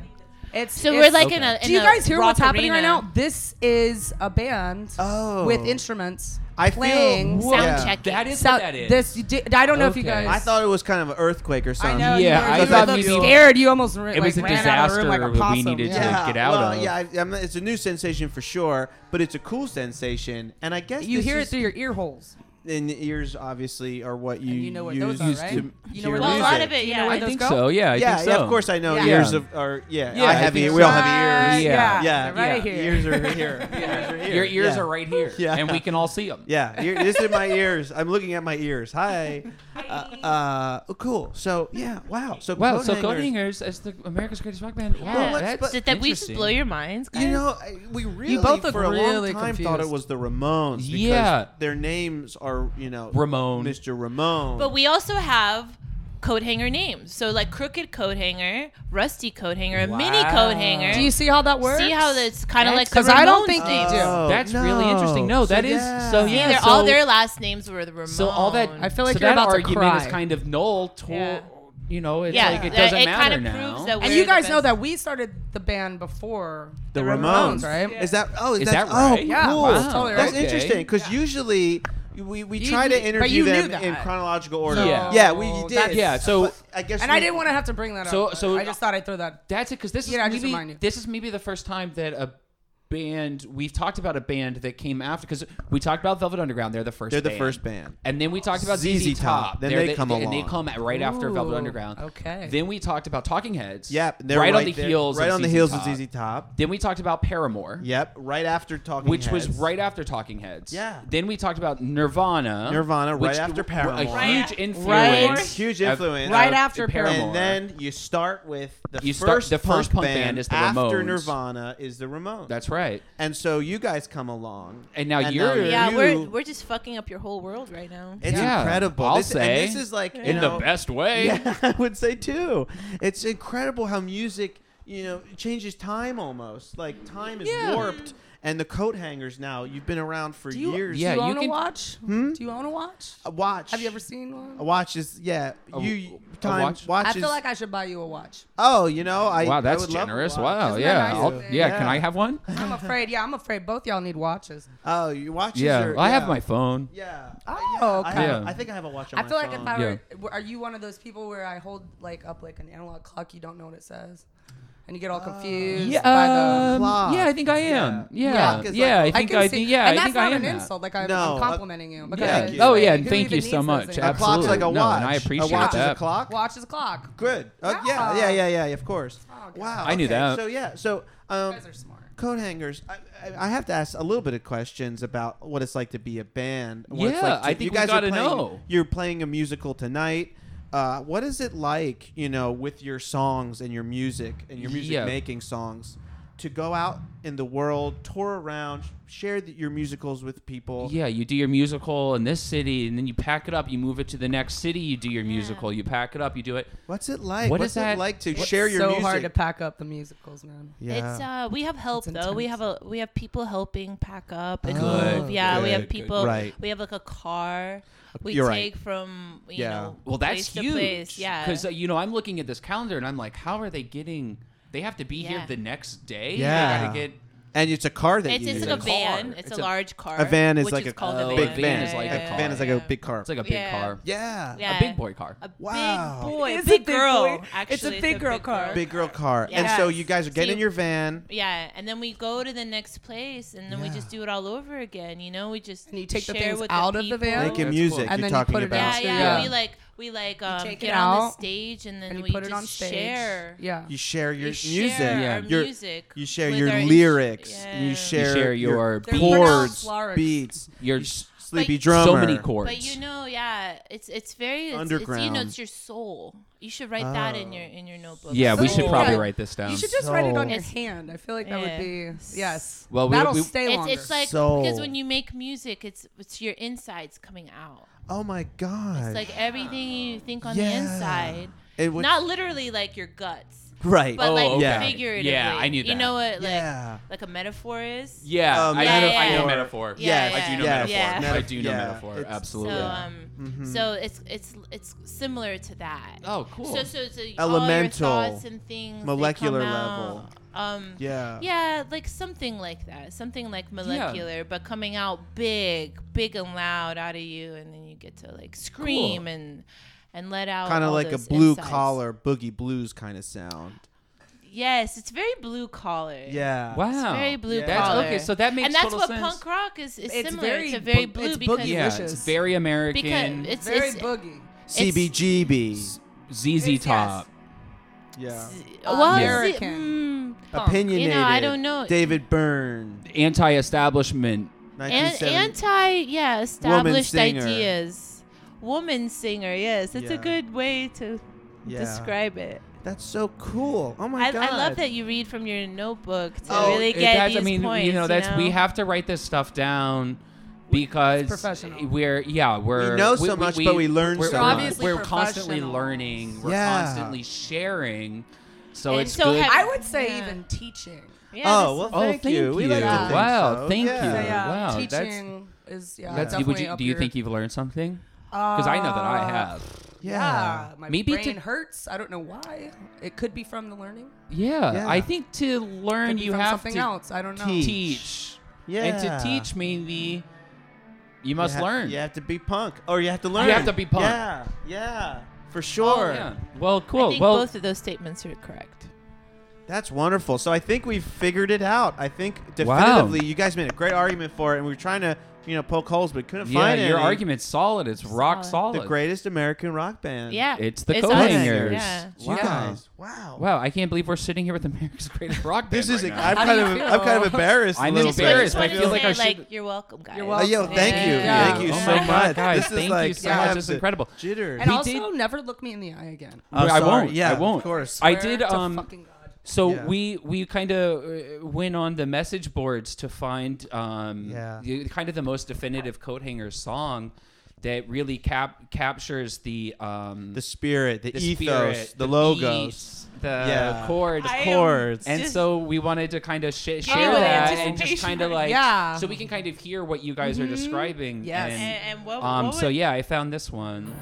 Speaker 4: It's
Speaker 3: So
Speaker 4: it's-
Speaker 3: we're like in
Speaker 2: Okay.
Speaker 3: a. Uh, In
Speaker 4: Do you
Speaker 3: a
Speaker 4: guys hear what's
Speaker 3: rock
Speaker 4: happening right
Speaker 3: arena.
Speaker 4: now? This is a band
Speaker 1: Oh.
Speaker 4: with instruments
Speaker 1: I feel-
Speaker 4: playing.
Speaker 1: Whoa.
Speaker 3: Sound
Speaker 1: Yeah.
Speaker 3: check.
Speaker 2: That is
Speaker 4: So-
Speaker 2: what that is.
Speaker 4: This, you did, I don't know if you
Speaker 2: Okay.
Speaker 4: guys.
Speaker 1: I thought it was kind of an earthquake or
Speaker 4: I
Speaker 1: something.
Speaker 4: know.
Speaker 2: Yeah,
Speaker 4: you were-
Speaker 2: I
Speaker 4: you
Speaker 2: thought
Speaker 4: looked
Speaker 2: maybe-
Speaker 4: scared. You almost ran,
Speaker 2: It was
Speaker 4: like,
Speaker 2: a
Speaker 4: ran out of the room like a
Speaker 2: disaster that we
Speaker 4: possum.
Speaker 2: needed to-
Speaker 4: Yeah.
Speaker 2: get out
Speaker 1: well,
Speaker 2: of.
Speaker 1: yeah, I, I'm, it's a new sensation for sure, but it's a cool sensation, and I guess
Speaker 4: You
Speaker 1: this
Speaker 4: hear it
Speaker 1: is-
Speaker 4: through your ear holes.
Speaker 1: And the ears obviously are what you
Speaker 4: And you know what
Speaker 1: use
Speaker 4: those are,
Speaker 1: used
Speaker 4: right?
Speaker 1: to
Speaker 4: You know
Speaker 1: hear
Speaker 4: where
Speaker 3: Well, a
Speaker 4: those
Speaker 1: music.
Speaker 3: lot of it,
Speaker 4: You
Speaker 3: yeah.
Speaker 4: know where
Speaker 2: I
Speaker 4: those
Speaker 2: think
Speaker 4: go?
Speaker 2: so. Yeah, I
Speaker 1: yeah,
Speaker 2: think
Speaker 1: yeah,
Speaker 2: so.
Speaker 1: of course I know.
Speaker 2: Yeah.
Speaker 1: Ears of are yeah,
Speaker 2: Yeah,
Speaker 1: I
Speaker 2: I
Speaker 1: have
Speaker 2: think
Speaker 1: ears.
Speaker 2: so.
Speaker 1: We all have ears.
Speaker 4: Right, yeah,
Speaker 1: yeah,
Speaker 4: they're right
Speaker 1: yeah.
Speaker 4: here.
Speaker 1: Ears are here. Ears are here.
Speaker 2: Your ears
Speaker 1: yeah.
Speaker 2: are right here,
Speaker 1: Yeah.
Speaker 2: and we can all see them.
Speaker 1: Yeah, ear, this is my ears. I'm looking at my ears. Hi. Uh, uh, oh, cool. So yeah, wow. So
Speaker 2: Wow,
Speaker 1: coat
Speaker 2: so
Speaker 1: hangers-
Speaker 2: Coat Hangers as the America's Greatest Rock Band.
Speaker 3: Yeah.
Speaker 1: Well,
Speaker 2: Wow,
Speaker 1: let's-
Speaker 2: that's
Speaker 1: but-
Speaker 3: Did that we just
Speaker 2: interesting.
Speaker 3: blow your minds, guys?
Speaker 1: You know, I- we really
Speaker 4: both look
Speaker 1: for a
Speaker 4: really
Speaker 1: long time thought it
Speaker 4: confused.
Speaker 1: was the Ramones. Because
Speaker 2: Yeah.
Speaker 1: their names are you know
Speaker 2: Ramon.
Speaker 1: Mr. Ramone.
Speaker 3: But we also have coat hanger names. So like crooked coat hanger, rusty coat hanger, mini coat hanger.
Speaker 4: Do you see how that works?
Speaker 3: see how it's kind of like
Speaker 4: Because
Speaker 3: the
Speaker 4: I don't
Speaker 3: Ramones
Speaker 4: think you
Speaker 3: names.
Speaker 4: do.
Speaker 1: Oh,
Speaker 2: That's really interesting. No, that is so.
Speaker 3: See,
Speaker 2: Yeah,
Speaker 3: they're-
Speaker 2: so,
Speaker 3: all their last names were the Ramones.
Speaker 2: so all that.
Speaker 4: I feel like
Speaker 2: so
Speaker 4: you're
Speaker 2: that
Speaker 4: about to
Speaker 2: argument
Speaker 4: cry.
Speaker 2: is kind of null to
Speaker 3: Yeah.
Speaker 2: you know. It's
Speaker 3: Yeah,
Speaker 2: like it
Speaker 3: that-
Speaker 2: doesn't
Speaker 3: it
Speaker 2: matter
Speaker 3: kinda
Speaker 2: now.
Speaker 3: proves that
Speaker 4: And
Speaker 3: We're
Speaker 4: you
Speaker 3: the
Speaker 4: guys know
Speaker 3: best.
Speaker 4: that we started the band before
Speaker 1: the, Ramones,
Speaker 4: Ramones, right?
Speaker 1: Is that oh? Is,
Speaker 2: Is
Speaker 1: that,
Speaker 2: that right?
Speaker 1: Oh,
Speaker 4: Yeah,
Speaker 1: cool.
Speaker 4: wow, totally
Speaker 1: That's
Speaker 2: right.
Speaker 1: interesting
Speaker 2: Okay.
Speaker 1: because usually we, we
Speaker 4: You
Speaker 1: try
Speaker 4: knew-
Speaker 1: to
Speaker 4: but
Speaker 1: interview
Speaker 4: you knew
Speaker 1: them
Speaker 4: that.
Speaker 1: in chronological order.
Speaker 2: No,
Speaker 1: yeah. yeah, we you did.
Speaker 4: that's-
Speaker 2: Yeah, so-
Speaker 1: But I guess
Speaker 4: And
Speaker 1: we,
Speaker 4: I didn't want to have to bring that
Speaker 2: So-
Speaker 4: up. but
Speaker 2: so-
Speaker 4: I just thought I'd throw that.
Speaker 2: That's it, because this
Speaker 4: Yeah, I
Speaker 2: is
Speaker 4: just
Speaker 2: maybe
Speaker 4: remind you.
Speaker 2: this is maybe the first time that a band. We've talked about a band that came after because we talked about Velvet Underground. They're the first.
Speaker 1: They're the
Speaker 2: band.
Speaker 1: first band.
Speaker 2: And then we talked about
Speaker 1: ZZ
Speaker 2: ZZ Top.
Speaker 1: Top. Then
Speaker 2: They're
Speaker 1: they come
Speaker 2: And they
Speaker 1: along.
Speaker 2: come at- right after Velvet
Speaker 4: Ooh,
Speaker 2: Underground.
Speaker 4: okay.
Speaker 2: Then we talked about Talking Heads.
Speaker 1: Yep, they're
Speaker 2: Right, on the
Speaker 1: there-
Speaker 2: heels.
Speaker 1: Right
Speaker 2: of
Speaker 1: on the
Speaker 2: ZZ
Speaker 1: heels
Speaker 2: Top.
Speaker 1: of ZZ Top.
Speaker 2: Then we talked about Paramore.
Speaker 1: Yep, right after Talking
Speaker 2: Which was
Speaker 1: Heads.
Speaker 2: right after Talking Heads.
Speaker 1: Yeah.
Speaker 2: Then we talked about Nirvana.
Speaker 1: Nirvana, right
Speaker 2: which
Speaker 1: after
Speaker 2: w-
Speaker 1: Paramore.
Speaker 2: A
Speaker 3: Right-
Speaker 2: huge
Speaker 3: right-
Speaker 2: influence.
Speaker 1: Huge
Speaker 2: of-
Speaker 1: influence.
Speaker 4: Right
Speaker 2: of
Speaker 4: after
Speaker 1: And then you start with the
Speaker 2: You
Speaker 1: first
Speaker 2: start- the first punk
Speaker 1: band,
Speaker 2: band is the
Speaker 1: after
Speaker 2: Ramones.
Speaker 1: Nirvana is the Ramones.
Speaker 2: That's right.
Speaker 1: and so you guys come along,
Speaker 2: And now you're-
Speaker 3: Yeah,
Speaker 1: you-
Speaker 3: we're we're just fucking up your whole world right now.
Speaker 1: it's
Speaker 2: Yeah,
Speaker 1: incredible.
Speaker 2: I'll
Speaker 1: this, and
Speaker 2: say.
Speaker 1: this is like you
Speaker 2: In
Speaker 1: know,
Speaker 2: the best way.
Speaker 1: Yeah, I would say too. It's incredible how music, you know, changes time almost. Like time is
Speaker 4: Yeah.
Speaker 1: warped, and the coat hangers now. You've been around for
Speaker 4: Do you,
Speaker 1: years.
Speaker 4: do
Speaker 2: Yeah,
Speaker 4: you own
Speaker 2: you
Speaker 4: a
Speaker 2: can-
Speaker 4: watch? Do you own a watch?
Speaker 1: A watch.
Speaker 4: Have you ever seen one?
Speaker 1: A watch is yeah.
Speaker 2: A-
Speaker 1: you
Speaker 2: a
Speaker 1: time
Speaker 2: watch?
Speaker 4: I
Speaker 1: watches.
Speaker 4: feel like I should buy you a watch.
Speaker 1: oh, you know, I I
Speaker 2: wow, that's
Speaker 1: would love a
Speaker 2: generous.
Speaker 1: watch.
Speaker 2: Wow,
Speaker 4: Isn't that
Speaker 2: yeah.
Speaker 4: nice?
Speaker 2: I'll- yeah.
Speaker 1: Yeah.
Speaker 2: Can I have one?
Speaker 4: I'm afraid. Yeah, I'm afraid both y'all need watches.
Speaker 1: Oh, you watches.
Speaker 2: yeah.
Speaker 1: Are,
Speaker 2: well, I have my phone.
Speaker 1: Yeah.
Speaker 4: Oh,
Speaker 1: I,
Speaker 4: okay.
Speaker 1: have-
Speaker 2: Yeah.
Speaker 1: I think I have a watch on
Speaker 4: I
Speaker 1: my
Speaker 4: feel like if
Speaker 1: phone.
Speaker 4: I
Speaker 2: Yeah.
Speaker 4: were, w are you one of those people where I hold like up like an analog clock, you don't know what it says, and you get
Speaker 1: Uh,
Speaker 4: all confused by the.
Speaker 2: um,
Speaker 1: Clock.
Speaker 2: yeah, I think I am.
Speaker 1: Yeah.
Speaker 2: Yeah,
Speaker 1: Clock
Speaker 2: yeah,
Speaker 1: is like-
Speaker 2: I think I,
Speaker 4: see,
Speaker 2: do. Yeah,
Speaker 4: and
Speaker 2: I
Speaker 4: that's
Speaker 2: think
Speaker 4: not
Speaker 2: I am
Speaker 4: an
Speaker 2: that.
Speaker 4: insult. Like I'm,
Speaker 1: No,
Speaker 4: I'm
Speaker 1: a-
Speaker 4: complimenting you.
Speaker 1: Yeah.
Speaker 4: Because
Speaker 1: Thank you.
Speaker 2: Oh
Speaker 4: like,
Speaker 2: yeah, and
Speaker 4: who
Speaker 2: thank
Speaker 4: even
Speaker 2: you
Speaker 4: needs
Speaker 2: so
Speaker 4: those
Speaker 2: much.
Speaker 4: anymore?
Speaker 1: A clock's
Speaker 2: Absolutely.
Speaker 1: like a
Speaker 2: No,
Speaker 1: watch.
Speaker 2: and I appreciate
Speaker 1: a watch is a
Speaker 2: that.
Speaker 1: clock.
Speaker 4: Watch is a clock.
Speaker 1: Good. Uh, yeah.
Speaker 4: Yeah.
Speaker 1: yeah, yeah, yeah, Of course.
Speaker 4: okay.
Speaker 1: Wow.
Speaker 2: I knew
Speaker 1: okay.
Speaker 2: that.
Speaker 1: So yeah. So um,
Speaker 4: Oh, You guys are smart.
Speaker 1: coat hangers. I, I, I have to ask a little bit of questions about what it's like to be a band. What it's
Speaker 2: Yeah,
Speaker 1: like to,
Speaker 2: I think
Speaker 1: you
Speaker 2: we
Speaker 1: guys
Speaker 2: gotta
Speaker 1: are playing,
Speaker 2: know.
Speaker 1: You're playing a musical tonight. Uh, what is it like, you know, with your songs and your music and your music
Speaker 2: Yeah.
Speaker 1: making songs, to go out in the world, tour around, share the, your musicals with people?
Speaker 2: Yeah, you do your musical in this city, and then you pack it up, you move it to the next city, you do your musical, you pack it up, you do it.
Speaker 1: What's it like?
Speaker 2: What
Speaker 1: What's
Speaker 2: is that-
Speaker 1: it like to
Speaker 4: It's
Speaker 1: share your
Speaker 4: so
Speaker 1: music?
Speaker 4: hard to pack up the musicals, man.
Speaker 1: yeah.
Speaker 3: It's uh we have help
Speaker 4: It's
Speaker 3: though. We
Speaker 4: intense.
Speaker 3: have a we have people helping pack up and
Speaker 1: Good,
Speaker 3: move. Yeah, we
Speaker 2: good,
Speaker 3: have
Speaker 2: good.
Speaker 3: people
Speaker 1: Right.
Speaker 3: we have like a car we
Speaker 1: You're right.
Speaker 3: take from you
Speaker 1: Yeah.
Speaker 3: know
Speaker 2: Well, that's
Speaker 3: place to
Speaker 2: huge.
Speaker 3: place. Yeah.
Speaker 2: Because uh, you know, I'm looking at this calendar, and I'm like, how are they getting? They have to be here
Speaker 3: Yeah.
Speaker 2: the next day.
Speaker 1: Yeah.
Speaker 2: They gotta get.
Speaker 1: and it's a car that
Speaker 3: it's,
Speaker 1: you
Speaker 3: it's
Speaker 1: use.
Speaker 3: like a
Speaker 2: car.
Speaker 3: van. It's,
Speaker 2: It's
Speaker 3: a,
Speaker 2: a-
Speaker 3: large car.
Speaker 1: A van is
Speaker 3: which
Speaker 1: like a
Speaker 3: called
Speaker 2: Oh,
Speaker 3: a
Speaker 2: a
Speaker 1: big
Speaker 3: van.
Speaker 1: van.
Speaker 2: is like a
Speaker 1: a van is like a big car.
Speaker 2: It's like a big
Speaker 3: Yeah.
Speaker 2: car.
Speaker 1: yeah.
Speaker 3: Yeah.
Speaker 2: A big boy car.
Speaker 3: A big
Speaker 1: Wow. It
Speaker 3: boy.
Speaker 4: is a
Speaker 3: big
Speaker 4: big
Speaker 3: girl.
Speaker 4: boy. It's a
Speaker 3: Actually,
Speaker 4: big girl car.
Speaker 1: Big girl car. And
Speaker 3: Yes.
Speaker 1: so you guys are
Speaker 3: So
Speaker 1: getting in
Speaker 3: you-
Speaker 1: your van.
Speaker 3: Yeah, and then we go to the next place, and then we
Speaker 1: Yeah.
Speaker 3: just do it all over again. You know, we just
Speaker 4: And you take the
Speaker 3: share
Speaker 4: things
Speaker 3: with
Speaker 4: out of the
Speaker 3: people.
Speaker 4: van?
Speaker 1: Making
Speaker 2: That's
Speaker 1: music.
Speaker 2: cool.
Speaker 1: You're
Speaker 4: And then you
Speaker 1: talking
Speaker 4: put it
Speaker 1: about.
Speaker 3: Yeah,
Speaker 4: out.
Speaker 3: yeah,
Speaker 2: Yeah.
Speaker 3: We like we like um,
Speaker 4: take
Speaker 3: get
Speaker 4: it
Speaker 3: on the
Speaker 4: out,
Speaker 3: stage, and then
Speaker 4: And you
Speaker 3: we
Speaker 4: put it
Speaker 3: just
Speaker 4: on stage.
Speaker 3: share.
Speaker 4: Yeah.
Speaker 1: You share your
Speaker 3: We share
Speaker 1: music.
Speaker 3: our
Speaker 1: Your-
Speaker 3: music
Speaker 1: You share
Speaker 3: with
Speaker 1: your
Speaker 3: our ins-
Speaker 1: lyrics.
Speaker 3: Yeah.
Speaker 1: You share,
Speaker 2: share your
Speaker 1: your
Speaker 2: They're
Speaker 1: chords,
Speaker 4: pronounced lyrics.
Speaker 1: beats.
Speaker 2: Your
Speaker 1: your s- sleepy
Speaker 3: Like-
Speaker 1: drummer.
Speaker 2: so many chords.
Speaker 3: But you know, yeah, it's it's very it's, It's, you know,
Speaker 1: Underground.
Speaker 3: it's your soul. You should write that in your in your notebook.
Speaker 2: yeah, we should
Speaker 4: So-
Speaker 2: probably
Speaker 4: Yeah.
Speaker 2: write this down.
Speaker 4: You should just write it on your
Speaker 3: Soul.
Speaker 4: hand. I feel like that
Speaker 3: Yeah.
Speaker 4: would be yes.
Speaker 2: Well, we-
Speaker 4: that'll
Speaker 2: we-
Speaker 4: stay
Speaker 3: It's,
Speaker 4: longer.
Speaker 3: it's like
Speaker 1: Soul.
Speaker 3: because when you make music, it's it's your insides coming out.
Speaker 1: Oh my god.
Speaker 3: It's like everything you think on the
Speaker 1: Yeah.
Speaker 3: inside,
Speaker 1: It would-
Speaker 3: not literally like your guts,
Speaker 1: right.
Speaker 3: but like
Speaker 2: okay. Yeah.
Speaker 3: figuratively.
Speaker 2: Yeah, I knew
Speaker 3: You
Speaker 2: that.
Speaker 3: know what? Like
Speaker 1: Yeah.
Speaker 3: like a metaphor is.
Speaker 2: yeah,
Speaker 1: Um,
Speaker 2: I,
Speaker 3: Yeah,
Speaker 2: know, I
Speaker 3: yeah.
Speaker 2: know metaphor.
Speaker 3: Yeah,
Speaker 2: I do
Speaker 3: yeah,
Speaker 2: know
Speaker 3: yeah.
Speaker 2: metaphor.
Speaker 1: Yeah.
Speaker 2: I do know
Speaker 1: Yeah.
Speaker 2: metaphor.
Speaker 1: It's-
Speaker 2: Absolutely.
Speaker 3: So um, so it's it's it's similar to that.
Speaker 2: Mm-hmm. Oh, cool.
Speaker 3: So so so
Speaker 1: Elemental,
Speaker 3: all your thoughts and things they
Speaker 1: molecular
Speaker 3: come
Speaker 1: level.
Speaker 3: out, Um.
Speaker 1: yeah.
Speaker 3: Yeah, like something like that, something like molecular, but coming out big, big and loud out of you, and then you get to like scream
Speaker 2: Cool.
Speaker 3: and and let out
Speaker 1: Kind of
Speaker 3: all
Speaker 1: like a
Speaker 3: those
Speaker 1: blue
Speaker 3: insides.
Speaker 1: collar boogie blues kind of sound.
Speaker 3: Yes, it's very blue collar.
Speaker 1: Yeah.
Speaker 2: wow.
Speaker 3: It's very blue
Speaker 1: Yeah.
Speaker 2: That's-
Speaker 3: collar.
Speaker 2: okay, so that makes
Speaker 3: and that's
Speaker 2: total
Speaker 3: what
Speaker 2: sense.
Speaker 3: punk rock is, is
Speaker 4: It's
Speaker 3: similar
Speaker 4: very
Speaker 3: to very
Speaker 4: bo-
Speaker 3: blue
Speaker 4: it's
Speaker 3: because
Speaker 4: boogie
Speaker 2: yeah,
Speaker 4: Delicious.
Speaker 2: it's very American.
Speaker 3: because it's
Speaker 4: very
Speaker 3: it's,
Speaker 4: boogie.
Speaker 1: CBGB.
Speaker 2: ZZ
Speaker 4: it's-
Speaker 2: Top.
Speaker 1: Yeah.
Speaker 3: well, it's- mm,
Speaker 4: American.
Speaker 1: Opinionated.
Speaker 3: You know, I don't know.
Speaker 1: David Byrne.
Speaker 2: Anti-establishment.
Speaker 1: 1970.
Speaker 3: and anti yeah established
Speaker 1: singer.
Speaker 3: ideas woman singer yes it's a
Speaker 1: Yeah.
Speaker 3: good way to
Speaker 1: Yeah.
Speaker 3: describe it
Speaker 1: That's so cool. Oh my
Speaker 3: I,
Speaker 1: god.
Speaker 3: I love that you read from your notebook to
Speaker 1: Oh,
Speaker 3: really
Speaker 2: It-
Speaker 3: get
Speaker 2: that's-
Speaker 3: these
Speaker 2: I mean,
Speaker 3: points
Speaker 2: you know, that's we have to write this stuff down because
Speaker 4: It's professional.
Speaker 2: we're yeah we're
Speaker 1: know so much, but we learn
Speaker 2: we're,
Speaker 1: so
Speaker 2: we're-
Speaker 4: much.
Speaker 2: We're constantly
Speaker 4: Obviously
Speaker 2: learning. We're
Speaker 1: Yeah.
Speaker 2: constantly sharing. So
Speaker 3: And
Speaker 2: it's
Speaker 3: so
Speaker 2: good.
Speaker 3: have-
Speaker 4: I would say
Speaker 3: Yeah.
Speaker 4: even teaching.
Speaker 3: yeah,
Speaker 1: Oh
Speaker 3: this-
Speaker 1: well,
Speaker 2: Oh,
Speaker 1: thank,
Speaker 2: thank
Speaker 1: you. We like
Speaker 4: you.
Speaker 1: to think
Speaker 2: Wow,
Speaker 1: so.
Speaker 2: thank
Speaker 1: yeah.
Speaker 2: you.
Speaker 4: So, yeah,
Speaker 2: Oh, Wow, that's-
Speaker 4: teaching is yeah.
Speaker 2: that's, would
Speaker 4: definitely
Speaker 2: you,
Speaker 4: up
Speaker 2: do you
Speaker 4: your-
Speaker 2: think you've learned something? Because I know that I
Speaker 4: Uh,
Speaker 2: have.
Speaker 1: Yeah.
Speaker 3: Ah.
Speaker 4: Yeah, my
Speaker 2: Maybe
Speaker 4: brain
Speaker 2: to-
Speaker 4: hurts. I don't know why. It could be from the learning.
Speaker 2: Yeah,
Speaker 1: Yeah.
Speaker 2: I think to
Speaker 4: Could
Speaker 2: learn
Speaker 4: be
Speaker 2: you
Speaker 4: from
Speaker 2: have
Speaker 4: something
Speaker 2: to
Speaker 4: else. I don't know.
Speaker 1: Teach.
Speaker 2: teach,
Speaker 1: Yeah.
Speaker 2: and to teach maybe you
Speaker 1: you
Speaker 2: must
Speaker 1: ha-
Speaker 2: learn.
Speaker 1: You have to be punk, or you have to learn.
Speaker 2: have to be punk.
Speaker 1: Yeah. Yeah. For
Speaker 2: Oh,
Speaker 1: sure.
Speaker 2: yeah. Well,
Speaker 3: I
Speaker 2: cool.
Speaker 3: think
Speaker 2: well,
Speaker 3: both of those statements are correct
Speaker 1: That's wonderful. So I think we've figured it out. I think definitively, you guys made a great argument for it, and we were trying to, you know, poke holes, but couldn't
Speaker 2: Yeah,
Speaker 1: find it.
Speaker 2: your argument's solid. It's rock
Speaker 1: The
Speaker 2: solid.
Speaker 1: greatest American rock band.
Speaker 3: Yeah.
Speaker 2: It's the
Speaker 3: us.
Speaker 2: co-hangers.
Speaker 3: Yeah.
Speaker 1: You
Speaker 2: Wow.
Speaker 1: guys. Wow.
Speaker 2: Wow, I can't believe we're sitting here with America's Greatest Rock Band.
Speaker 1: This is.
Speaker 2: right now.
Speaker 1: I'm
Speaker 4: How do
Speaker 1: kind
Speaker 4: you
Speaker 1: of.
Speaker 4: feel?
Speaker 1: I'm kind of embarrassed.
Speaker 2: I'm
Speaker 1: a little
Speaker 3: Just wanted-
Speaker 2: embarrassed.
Speaker 3: just
Speaker 1: bit.
Speaker 2: I
Speaker 3: wanted to
Speaker 2: feel like
Speaker 3: say,
Speaker 2: I should-
Speaker 3: like, you're welcome, guys.
Speaker 4: You're
Speaker 1: Oh,
Speaker 4: welcome.
Speaker 1: yo, thank you,
Speaker 3: Yeah.
Speaker 1: thank you
Speaker 2: Oh
Speaker 1: so
Speaker 2: my
Speaker 1: much.
Speaker 2: God,
Speaker 1: this is
Speaker 2: thank
Speaker 1: like
Speaker 2: you so
Speaker 1: I
Speaker 2: much.
Speaker 1: have
Speaker 2: This is
Speaker 1: the
Speaker 2: incredible.
Speaker 1: Jitters.
Speaker 4: And
Speaker 2: We
Speaker 4: also,
Speaker 2: did-
Speaker 4: never look me in the eye again.
Speaker 1: Oh,
Speaker 2: I
Speaker 1: sorry.
Speaker 2: won't.
Speaker 1: Yeah,
Speaker 2: I won't.
Speaker 1: Of course.
Speaker 2: I
Speaker 4: Swear
Speaker 2: did.
Speaker 4: to
Speaker 2: Um,
Speaker 4: fucking God.
Speaker 2: So
Speaker 1: Yeah.
Speaker 2: we we kind of went on the message boards to find um,
Speaker 1: Yeah.
Speaker 2: the, kind of the most definitive coat hanger song that really cap captures the um,
Speaker 1: the spirit, the, ethos,
Speaker 2: spirit,
Speaker 1: the, logos.
Speaker 2: beats, the
Speaker 1: Yeah.
Speaker 2: chords,
Speaker 3: I am
Speaker 1: chords.
Speaker 2: and
Speaker 3: just-
Speaker 2: so we wanted to kind of sh- share
Speaker 3: Oh,
Speaker 2: that and just
Speaker 3: anticipation. Mm-hmm.
Speaker 2: kind of like
Speaker 4: Yeah.
Speaker 2: so we can kind of hear what you guys are describing.
Speaker 4: Yes.
Speaker 2: and-
Speaker 3: And, and what,
Speaker 2: um,
Speaker 3: what
Speaker 2: so
Speaker 3: would-
Speaker 2: yeah, I found this one.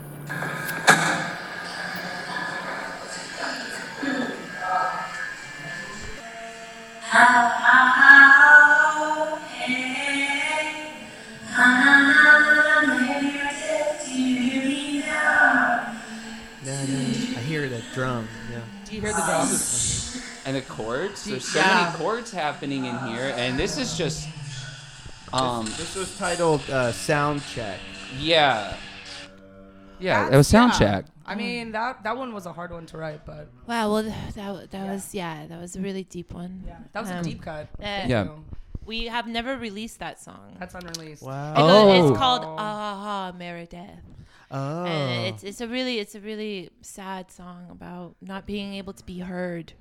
Speaker 1: I hear that drum. Yeah.
Speaker 4: Do you hear the drums?
Speaker 2: and the chords. There's so
Speaker 4: Yeah.
Speaker 2: many chords happening in here, and this is just, um,
Speaker 1: This was titled uh, Sound Check.
Speaker 2: yeah, yeah. That
Speaker 4: That's-
Speaker 2: was sound
Speaker 4: yeah.
Speaker 2: check.
Speaker 4: I mean, that that one was a hard one to write, but
Speaker 3: Wow. Well, th- that wa- that was yeah. That was a really deep one.
Speaker 4: that was
Speaker 3: Um,
Speaker 4: a deep cut.
Speaker 3: Yeah.
Speaker 2: Yeah.
Speaker 4: So,
Speaker 3: We have never released that song.
Speaker 4: that's unreleased.
Speaker 3: It
Speaker 1: Wow.
Speaker 3: goes-
Speaker 2: Oh.
Speaker 3: It's called Aha Meredith.
Speaker 1: Oh.
Speaker 3: And uh, it's it's a really it's a really sad song about not being able to be heard.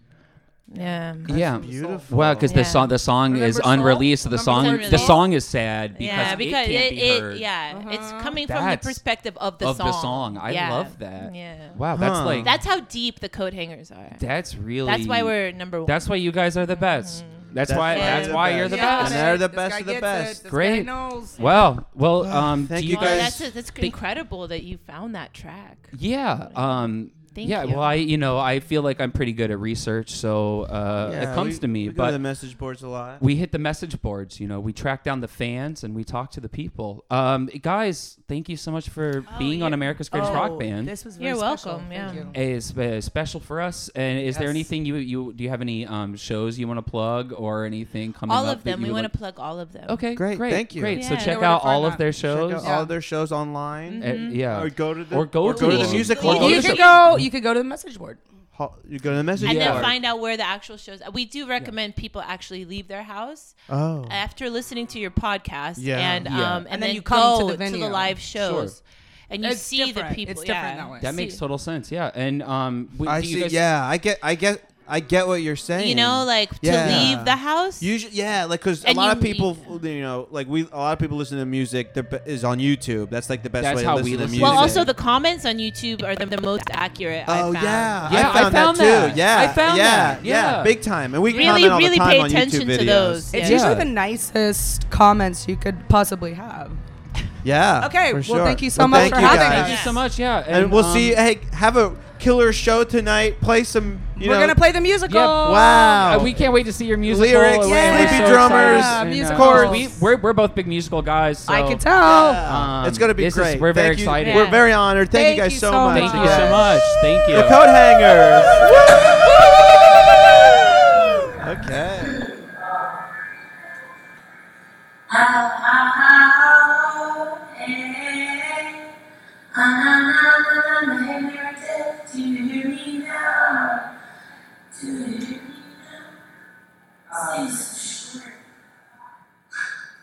Speaker 3: Yeah.
Speaker 2: yeah.
Speaker 1: beautiful.
Speaker 2: Wow, because
Speaker 3: Yeah.
Speaker 2: the song the song is
Speaker 4: Remember Saul?
Speaker 2: unreleased. The
Speaker 4: Remember
Speaker 2: song
Speaker 3: Saul?
Speaker 2: the song is sad because,
Speaker 3: yeah, because
Speaker 2: it
Speaker 3: it,
Speaker 2: can't
Speaker 3: it,
Speaker 2: be heard
Speaker 3: yeah, it's
Speaker 4: Uh-huh.
Speaker 3: coming from the
Speaker 2: That's
Speaker 3: perspective of the
Speaker 2: of
Speaker 3: song.
Speaker 2: the song. I
Speaker 3: Yeah.
Speaker 2: love that.
Speaker 3: Yeah.
Speaker 2: Wow, that's
Speaker 1: Huh.
Speaker 2: like
Speaker 3: That's how deep the coat hangers are.
Speaker 2: that's really
Speaker 3: That's why we're Mm-hmm. number one.
Speaker 2: that's why you guys are the best. That's,
Speaker 1: That's
Speaker 2: why
Speaker 1: why
Speaker 2: that's
Speaker 1: you're
Speaker 2: why
Speaker 1: the
Speaker 2: you're the
Speaker 1: Yeah.
Speaker 2: best.
Speaker 1: And they're the
Speaker 4: this
Speaker 1: best
Speaker 4: guy
Speaker 1: of the
Speaker 4: gets
Speaker 1: best.
Speaker 4: It. This guy
Speaker 2: Great.
Speaker 4: knows.
Speaker 2: Wow. Well, um,
Speaker 1: Thank
Speaker 2: do
Speaker 1: you
Speaker 2: you
Speaker 3: Wow,
Speaker 2: guys
Speaker 3: Oh, that's that's incredible that you found that track.
Speaker 2: Yeah. Um,
Speaker 3: Thank
Speaker 2: yeah.
Speaker 3: you.
Speaker 2: Well, I you know I feel like I'm pretty good at research, so uh, it comes
Speaker 1: we-
Speaker 2: to me.
Speaker 1: We go to
Speaker 2: But
Speaker 1: the message boards a lot.
Speaker 2: we hit the message boards. You know, we track down the fans and we talk to the people. Um, guys, thank you so much for being on
Speaker 3: yeah.
Speaker 2: America's Greatest
Speaker 4: Oh.
Speaker 2: Rock Band.
Speaker 4: This was
Speaker 3: You're
Speaker 4: very special.
Speaker 3: welcome,
Speaker 4: Thank
Speaker 3: yeah.
Speaker 4: you.
Speaker 2: is uh, special for us. And is there
Speaker 4: Yes.
Speaker 2: anything you you do you have any um, shows you want to plug or anything coming
Speaker 3: all
Speaker 2: up
Speaker 3: of
Speaker 2: that
Speaker 3: them.
Speaker 2: you
Speaker 3: We
Speaker 2: would
Speaker 3: want
Speaker 2: like-
Speaker 3: to plug all of them.
Speaker 2: Okay,
Speaker 1: Great,
Speaker 2: great,
Speaker 1: thank you.
Speaker 2: Great. So
Speaker 3: Yeah.
Speaker 2: check
Speaker 4: You know where
Speaker 2: out
Speaker 4: to
Speaker 2: all
Speaker 4: find
Speaker 2: of their
Speaker 1: Check
Speaker 2: shows.
Speaker 1: out all their shows online.
Speaker 2: Uh, yeah.
Speaker 1: Or go to the
Speaker 2: Or go
Speaker 1: or
Speaker 2: to
Speaker 1: go to the
Speaker 2: them.
Speaker 1: music
Speaker 3: Or
Speaker 1: hall.
Speaker 3: go
Speaker 4: You
Speaker 3: to
Speaker 4: could
Speaker 3: the-
Speaker 4: go. You could go to the message board.
Speaker 1: hall- You go to the message
Speaker 3: Mm-hmm. and
Speaker 1: board.
Speaker 2: Yeah.
Speaker 3: then find out where the actual shows. We do recommend people actually leave their house
Speaker 1: oh.
Speaker 3: after listening to your podcast,
Speaker 1: Yeah.
Speaker 3: and
Speaker 2: Yeah.
Speaker 3: um,
Speaker 2: And
Speaker 3: and,
Speaker 4: then
Speaker 3: then,
Speaker 4: you come
Speaker 3: go
Speaker 4: to the
Speaker 3: to the,
Speaker 4: venue.
Speaker 3: live shows, and you
Speaker 4: It's
Speaker 3: see
Speaker 4: different.
Speaker 3: the people.
Speaker 4: It's different
Speaker 3: yeah.
Speaker 4: that way.
Speaker 2: that makes total sense. Yeah. And um, we,
Speaker 1: I
Speaker 2: do you
Speaker 1: see.
Speaker 2: guys-
Speaker 1: yeah, I get. I get. I get what you're saying.
Speaker 3: You know, like
Speaker 1: Yeah.
Speaker 3: to leave the house.
Speaker 1: Usually, yeah, like because a
Speaker 3: And
Speaker 1: lot
Speaker 3: you
Speaker 1: of people, you know, like we, a lot of people listen to music that be- is on YouTube. That's like the best
Speaker 2: That's
Speaker 1: way
Speaker 2: how
Speaker 1: to listen
Speaker 2: we
Speaker 1: to
Speaker 2: listen
Speaker 1: music.
Speaker 2: to
Speaker 3: well, also the comments on YouTube are the, the most accurate. I
Speaker 1: oh
Speaker 3: found.
Speaker 1: yeah,
Speaker 2: Yeah,
Speaker 1: I found, that, too. Yeah,
Speaker 2: I found
Speaker 1: yeah,
Speaker 2: that.
Speaker 1: yeah,
Speaker 2: Yeah.
Speaker 1: big time. And we
Speaker 3: Really,
Speaker 1: comment all the
Speaker 3: really
Speaker 1: time
Speaker 3: pay
Speaker 1: on
Speaker 3: attention
Speaker 1: YouTube
Speaker 3: to
Speaker 1: videos.
Speaker 3: those.
Speaker 4: It's
Speaker 3: Yeah.
Speaker 4: usually
Speaker 2: Yeah.
Speaker 4: the nicest comments you could possibly have.
Speaker 1: Yeah.
Speaker 4: Okay,
Speaker 1: for
Speaker 4: well,
Speaker 1: sure.
Speaker 4: thank you so much
Speaker 1: thank
Speaker 4: for
Speaker 1: you
Speaker 4: having
Speaker 1: guys.
Speaker 2: Thank you
Speaker 3: us.
Speaker 2: so much. Yeah.
Speaker 1: And, we'll
Speaker 2: um,
Speaker 1: see. Hey, have a killer show tonight. Play some. You
Speaker 4: We're
Speaker 1: know,
Speaker 4: gonna play the musical.
Speaker 1: Wow.
Speaker 2: Uh, we can't wait to see your musical.
Speaker 1: Lyrics,
Speaker 2: We're
Speaker 4: Yay.
Speaker 2: so
Speaker 4: sleepy
Speaker 1: drummers,
Speaker 2: excited. And, uh,
Speaker 4: musicals.
Speaker 1: chords.
Speaker 2: We, we're, we're both big musical guys. So
Speaker 4: I can tell.
Speaker 1: Yeah.
Speaker 2: Um,
Speaker 1: it's gonna be
Speaker 2: this is-
Speaker 1: great.
Speaker 2: we're very
Speaker 1: Thank you-
Speaker 2: excited.
Speaker 1: We're
Speaker 3: Yeah.
Speaker 1: very honored. Thank, you guys
Speaker 4: Thank you
Speaker 1: so
Speaker 4: so
Speaker 1: much.
Speaker 2: Thank
Speaker 4: much.
Speaker 2: you so
Speaker 1: guys.
Speaker 2: much. Thank you.
Speaker 1: The coat hangers.